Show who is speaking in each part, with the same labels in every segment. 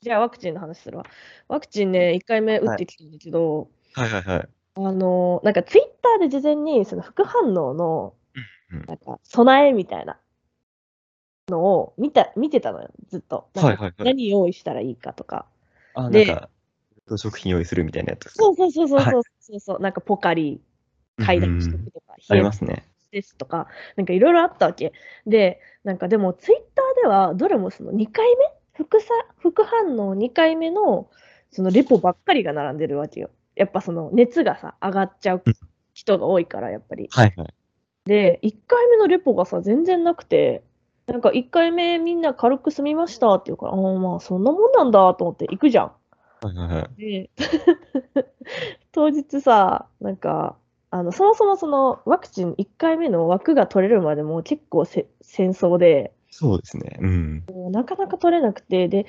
Speaker 1: じゃあワクチンの話するわ。ワクチンね、1回目打ってきたんだけど、
Speaker 2: はいはいはい。
Speaker 1: あの、なんかツイッターで事前にその副反応の
Speaker 2: うんうん
Speaker 1: なんか備えみたいなのを見た見てたのよ、ずっと。なんか
Speaker 2: はいはいはい
Speaker 1: 何用意したらいいかとか。
Speaker 2: あ、なん
Speaker 1: で
Speaker 2: か、冷凍食品用意するみたいなやつですか
Speaker 1: そうそうそうそう
Speaker 2: はい
Speaker 1: そうそうそう、なんかポカリ買い出しとくとか、
Speaker 2: あ
Speaker 1: 冷
Speaker 2: り
Speaker 1: え
Speaker 2: ますね。
Speaker 1: ですとか、なんかいろいろあったわけ。で、なんかでもツイッターではどれもその2回目副さ副反応2回目のそのレポばっかりが並んでるわけよ。やっぱその熱がさ、上がっちゃう人が多いから、やっぱり。
Speaker 2: はいはい。
Speaker 1: で、1回目のレポがさ、全然なくて、なんか1回目みんな軽く済みましたって言うから、ああ、まあそんなもんなんだと思って行くじゃん。
Speaker 2: はいはいはい。
Speaker 1: で 当日さ、なんか、あのそもそもそのワクチン1回目の枠が取れるまでもう結構せ戦争で、
Speaker 2: そうですね。うん。
Speaker 1: もうなかなか取れなくて、で、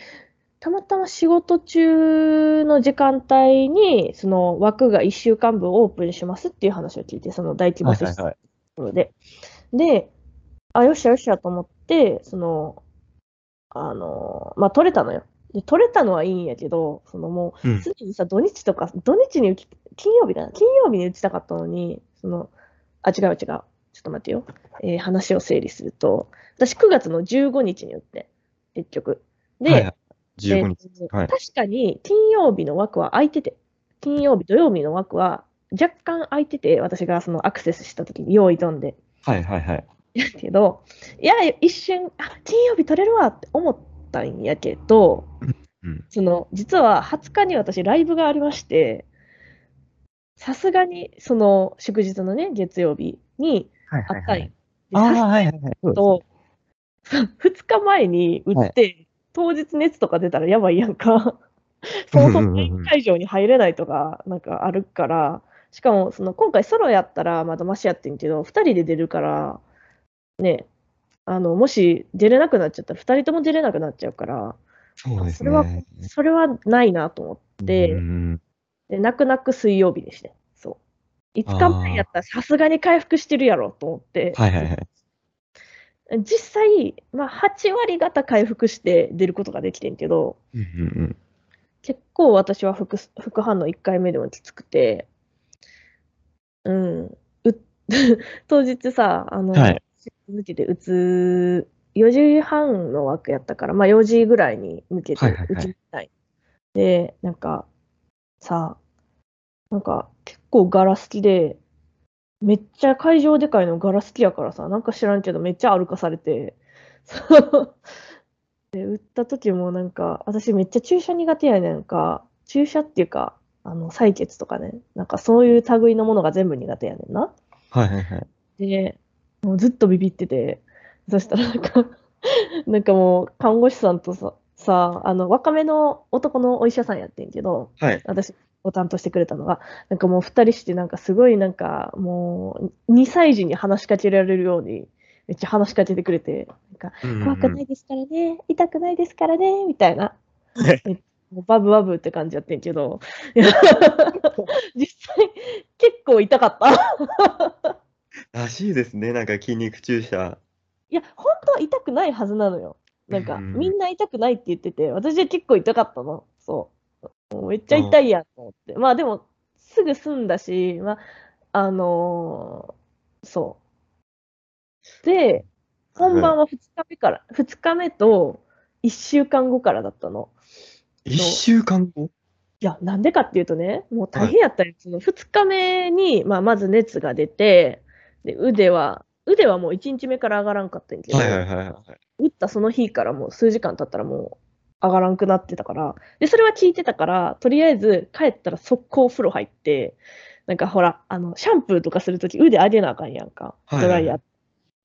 Speaker 1: たまたま仕事中の時間帯に、その枠が1週間分オープンしますっていう話を聞いて、その大規模
Speaker 2: はい
Speaker 1: 接
Speaker 2: はい
Speaker 1: 種
Speaker 2: はい。
Speaker 1: ところで。で、あ、よっしゃよっしゃと思って、その、あの、まあ、取れたのよ。で、取れたのはいいんやけど、そのも
Speaker 2: う
Speaker 1: う、
Speaker 2: ん
Speaker 1: すでにさ、土日とか、土日に打ち、金曜日だな、金曜日に打ちたかったのに、その、あ、違う違う、ちょっと待ってよ。えー話を整理すると、私9月の15日に打って、結局。で、
Speaker 2: はいはい、15日。
Speaker 1: えっと
Speaker 2: はい
Speaker 1: 確かに金曜日の枠は空いてて、金曜日、土曜日の枠は若干空いてて、私がそのアクセスしたときに用意飛んで。
Speaker 2: はいはいはい。
Speaker 1: やけど、いや、一瞬、あ金曜日取れるわって思ったんやけど、
Speaker 2: うん。
Speaker 1: その実は20日に私、ライブがありまして、さすがにその祝日のね、月曜日に
Speaker 2: はい
Speaker 1: あ
Speaker 2: は
Speaker 1: っ
Speaker 2: い
Speaker 1: た
Speaker 2: は
Speaker 1: んや
Speaker 2: い。。ああ、はいはいはい。そうですね
Speaker 1: と、2日前に打って、当日熱とか出たらやばいやん か、そもそもメイン会場に入れないとか、なんかあるから、しかもその今回ソロやったらまだマシやってんけど、2人で出るから、ね、あのもし出れなくなっちゃったら、2人とも出れなくなっちゃうから、
Speaker 2: そうです
Speaker 1: それは
Speaker 2: ね。
Speaker 1: それはないなと思って、
Speaker 2: うん
Speaker 1: で泣く泣く水曜日でした、そう。5日前やったらさすがに回復してるやろと思って、
Speaker 2: はいはいはい。
Speaker 1: 実際、まあ、8割方回復して出ることができてんけど、
Speaker 2: うんうんうん
Speaker 1: 結構私は副す副反応1回目でもきつくて、うん、う 当日さ、あの、
Speaker 2: はい
Speaker 1: 抜けて打つ4時半の枠やったから、まあ、4時ぐらいに抜けて
Speaker 2: はいはいはい
Speaker 1: 打ちみたい。で、なんかさ、なんか結構ガラスきで、めっちゃ会場でかいのガラスきやからさ、なんか知らんけどめっちゃ歩かされて、そうで打った時もなんか、私めっちゃ注射苦手やねんか、注射っていうか、あの採血とかね、なんかそういう類のものが全部苦手やねんな。
Speaker 2: はいはいはい。
Speaker 1: で、もうずっとビビってて、そしたらなんか、 なんかもう看護師さんとさ、さあの若めの男のお医者さんやってんけど、
Speaker 2: はい。
Speaker 1: 私を担当してくれたのが、なんかもう2人して、なんかすごいなんかもう2歳児に話しかけられるように、めっちゃ話しかけてくれて、なんか
Speaker 2: うんうんう
Speaker 1: 怖
Speaker 2: ん
Speaker 1: くないですからね、痛くないですからね、みたいな。もうバブバブって感じやってんけど、 いや実際結構痛かった。
Speaker 2: らしいですね。なんか筋肉注射。
Speaker 1: いや、本当は痛くないはずなのよ。なんか、
Speaker 2: うん
Speaker 1: みんな痛くないって言ってて、私は結構痛かったの。そう。もうめっちゃ痛いやんと思って。まあでも、すぐ済んだし、まあ、あのーそう。で、本番は2日目から、2日目と1週間後からだったの。
Speaker 2: 一週間後
Speaker 1: いや、なんでかっていうとね、もう大変やったんよ。その2日目に、まあ、まず熱が出て、で、腕は、腕はもう1日目から上がらんかったんやけど、
Speaker 2: はいはいはいはい。
Speaker 1: 打ったその日からもう数時間経ったらもう上がらんくなってたから、で、それは聞いてたから、とりあえず帰ったら速攻お風呂入って、なんかほら、あの、シャンプーとかするとき腕上げなあかんやんか、
Speaker 2: はい
Speaker 1: ドライヤー。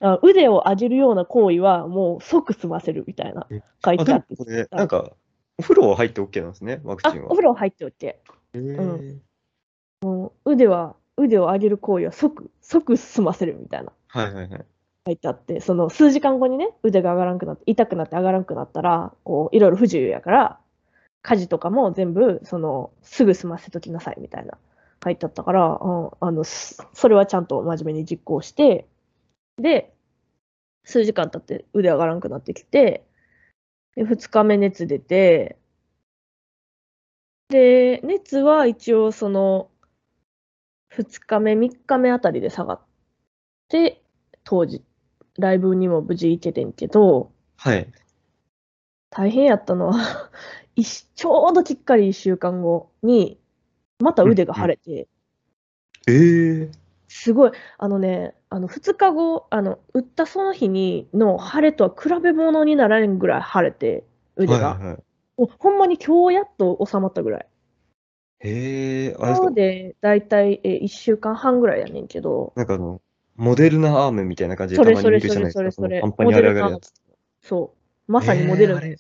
Speaker 1: あ腕を上げるような行為はもう即済ませるみたいな
Speaker 2: え
Speaker 1: 書いて
Speaker 2: あ、で
Speaker 1: あ
Speaker 2: も
Speaker 1: って
Speaker 2: これ、なんか、お風呂は入って OK なんですね、ワク
Speaker 1: あ
Speaker 2: チン
Speaker 1: お。
Speaker 2: は
Speaker 1: 風呂入っておいて
Speaker 2: へー
Speaker 1: 腕は腕を上げる行為は即即済ませるみたいな
Speaker 2: はいはいはい。
Speaker 1: 書いてあってその数時間後にね腕が上がらんくなって痛くなって上がらんくなったらこういろいろ不自由やから家事とかも全部そのすぐ済ませときなさいみたいな書いてあったから、うん、あのすそれはちゃんと真面目に実行してで数時間経って腕上がらんくなってきてで2日目熱出てで、熱は一応その、2日目、3日目あたりで下がって、当時、ライブにも無事行けてんけど、
Speaker 2: はい。
Speaker 1: 大変やったのは 一、ちょうどきっかり1週間後に、また腕が腫れて、
Speaker 2: ええ
Speaker 1: すごい、あのね、あの2日後、あの打ったその日にの腫れとは比べ物になられんぐらい腫れて、腕
Speaker 2: はい
Speaker 1: が。
Speaker 2: はいはい。
Speaker 1: もうほんまに今日やっと収まったぐらい。
Speaker 2: へえ、あれです
Speaker 1: 今
Speaker 2: か
Speaker 1: 日。で大体え1週間半ぐらいやねんけど、
Speaker 2: なんかあの、モデルナアームみたいな感じで
Speaker 1: そ
Speaker 2: たま
Speaker 1: れそれ
Speaker 2: に見るじ
Speaker 1: そ
Speaker 2: ゃない
Speaker 1: れ
Speaker 2: です
Speaker 1: それそ
Speaker 2: か。その
Speaker 1: れ、
Speaker 2: パンパンに上がる
Speaker 1: モデルナ
Speaker 2: や
Speaker 1: の
Speaker 2: つ。
Speaker 1: そう、まさにモデルナ
Speaker 2: えーあれ
Speaker 1: モ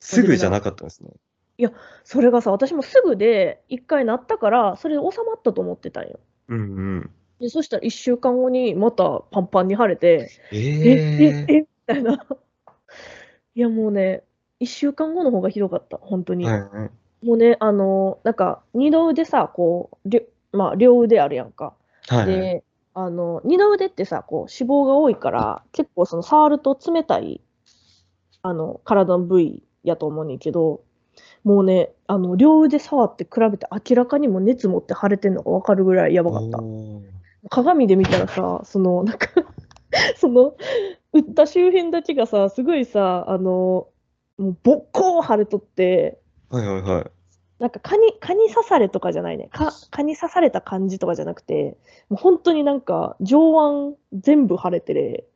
Speaker 2: す
Speaker 1: デルナ
Speaker 2: ぐじゃなかったんですね。
Speaker 1: それがさ、私もすぐで1回なったから、それで収まったと思ってたんよ。
Speaker 2: うんうん。
Speaker 1: でそしたら1週間後にまたパンパンに腫れて、え、え
Speaker 2: え、え
Speaker 1: えみたいな。 いやもうね、1週間後の方がひどかった、本当に。
Speaker 2: はいはい。
Speaker 1: もうね、あの、なんか、二の腕さ、こう、りょまあ、両腕あるやんか。
Speaker 2: はいはい。
Speaker 1: で、あの、二の腕ってさ、こう、脂肪が多いから、結構、その、触ると冷たい、あの、体の部位やと思うねんけど、もうね、あの、両腕触って比べて、明らかにもう熱持って腫れてんのが分かるぐらいやばかった。
Speaker 2: おー
Speaker 1: 鏡で見たらさ、その、なんか、 その、打った周辺だけがさ、すごいさ、あの、もう、ぼっこー腫れとって、
Speaker 2: はいはいはい。
Speaker 1: なんか蚊に蚊に刺されとかじゃないね蚊蚊に刺された感じとかじゃなくてもう本当になんか上腕全部腫れてる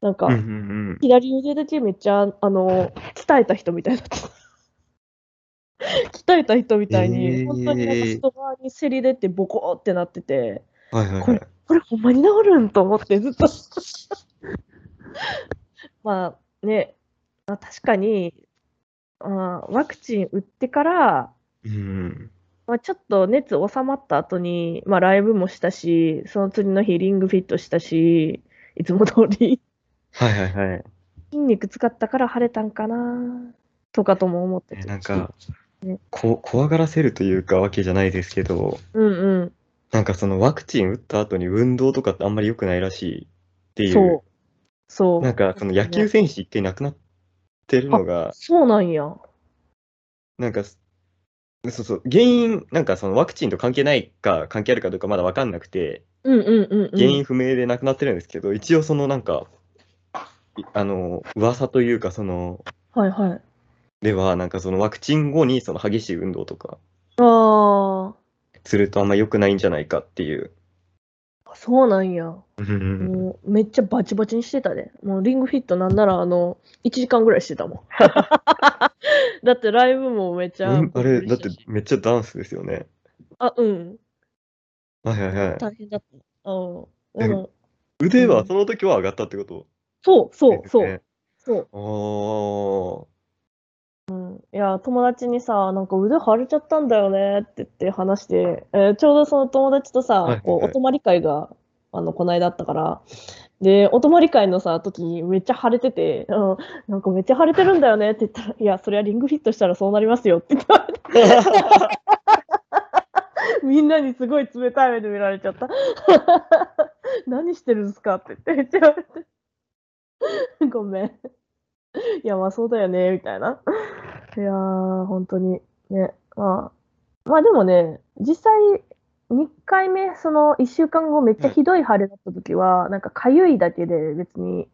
Speaker 1: なんか
Speaker 2: うんうんうん。
Speaker 1: 左腕だけめっちゃあの鍛えた人みたいだった 鍛えた人みたいに、
Speaker 2: えー
Speaker 1: 本当になんか外側にせり出てボコーってなってて
Speaker 2: はいはい
Speaker 1: こ
Speaker 2: は
Speaker 1: れ
Speaker 2: い。
Speaker 1: これほんまに治るんと思ってずっと まあねまあ確かに、まあ、ワクチン打ってから
Speaker 2: うんうん。
Speaker 1: まあ、ちょっと熱収まった後に、まあ、ライブもしたし、その次の日、リングフィットしたし、いつも通り、
Speaker 2: はいはいはい。
Speaker 1: 筋肉使ったから腫れたんかなとかとも思って
Speaker 2: え
Speaker 1: て。
Speaker 2: なんか
Speaker 1: ね、
Speaker 2: こ、怖がらせるというかわけじゃないですけど、
Speaker 1: うんうん。
Speaker 2: なんかそのワクチン打った後に運動とかってあんまり良くないらしいってい
Speaker 1: そう
Speaker 2: う。。
Speaker 1: そう。
Speaker 2: なんかその野球選手一回なくなってるのが、
Speaker 1: そうなんや。
Speaker 2: なんかす、そうそう、原因、なんかそのワクチンと関係ないか、関係あるかどうかまだ分かんなくて、
Speaker 1: うんうんうん、うん。
Speaker 2: 原因不明で亡くなってるんですけど、一応、そのなんか、いあの、噂というか、その、
Speaker 1: はいはい。
Speaker 2: では、なんかそのワクチン後にその激しい運動とか
Speaker 1: あ
Speaker 2: するとあんま良くないんじゃないかっていう。
Speaker 1: あ、そうなんや。
Speaker 2: うん
Speaker 1: もうめっちゃバチバチにしてたで。もうリングフィットなんなら、あの、1時間ぐらいしてた もん。だってライブもめっちゃ。
Speaker 2: あれ、だってめっちゃダンスですよね。
Speaker 1: あ、うん。
Speaker 2: はいはいはい。
Speaker 1: 大変だった。うん。
Speaker 2: え
Speaker 1: でも
Speaker 2: 腕
Speaker 1: う
Speaker 2: は
Speaker 1: ん
Speaker 2: その時は上がったってこと
Speaker 1: そうそ
Speaker 2: で
Speaker 1: う
Speaker 2: す
Speaker 1: そう
Speaker 2: ね。
Speaker 1: そう
Speaker 2: お
Speaker 1: いや友達にさなんか腕腫れちゃったんだよねって言って話して、えーちょうどその友達とさ、
Speaker 2: はいはいはい
Speaker 1: こうお泊まり会があのこの間あったからでお泊まり会のさ時にめっちゃ腫れてて、うん、なんかめっちゃ腫れてるんだよねって言ったら「いやそれはリングフィットしたらそうなりますよ」って言ったら
Speaker 2: ー。
Speaker 1: みんなにすごい冷たい目で見られちゃった 何してるんですかって言ってめっちゃ言われて ごめんいや、まあそうだよね、みたいな。いやー、本当に。ね。まあ、まあでもね、実際、2回目、その1週間後、めっちゃひどい腫れだった時は、なんか痒いだけで別に、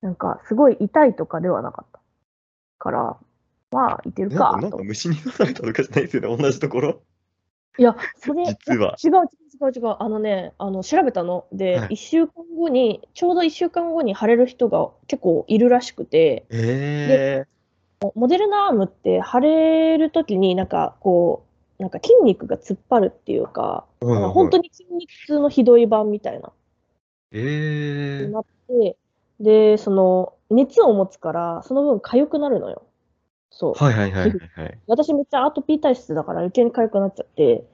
Speaker 1: なんかすごい痛いとかではなかった。から、まあ、い ける
Speaker 2: なん
Speaker 1: か
Speaker 2: か、なん
Speaker 1: と
Speaker 2: か。虫に刺されたとかじゃないですよね、同じところ。
Speaker 1: いや、それ、
Speaker 2: 実は
Speaker 1: 違う違う違う違う。あのね、あの、調べたの。で、
Speaker 2: はい
Speaker 1: 1週間後に、ちょうど1週間後に腫れる人が結構いるらしくて、
Speaker 2: え
Speaker 1: モデルナアームって腫れるときになんかこうなんか筋肉が突っ張るっていうか、
Speaker 2: えー。
Speaker 1: なんか本当に筋肉痛のひどい版みたいな
Speaker 2: ええ
Speaker 1: になってでその熱を持つからその分痒くなるのよそう、
Speaker 2: はいはいはいはいはい。
Speaker 1: 私めっちゃアトピー体質だから余計に痒くなっちゃって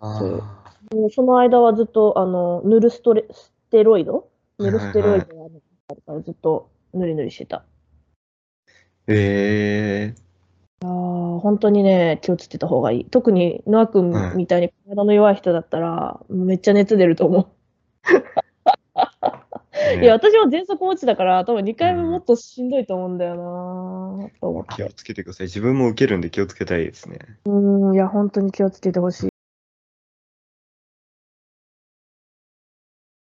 Speaker 2: あ
Speaker 1: そう
Speaker 2: あ。
Speaker 1: もうその間はずっとあの塗るストレステロイド塗るステロイドがあるからずっと塗り塗りしてた
Speaker 2: ええ
Speaker 1: 本当にね、気をつけた方がいい。特に、ノア君みたいに体の弱い人だったら、めっちゃ熱出ると思う。いや、私も喘息持ちだから、多分2回目もっとしんどいと思うんだよなぁと思っ
Speaker 2: 気
Speaker 1: た。
Speaker 2: をつけてください。自分も受けるんで気をつけたいですね。
Speaker 1: うーん、いや、本当に気をつけてほしい。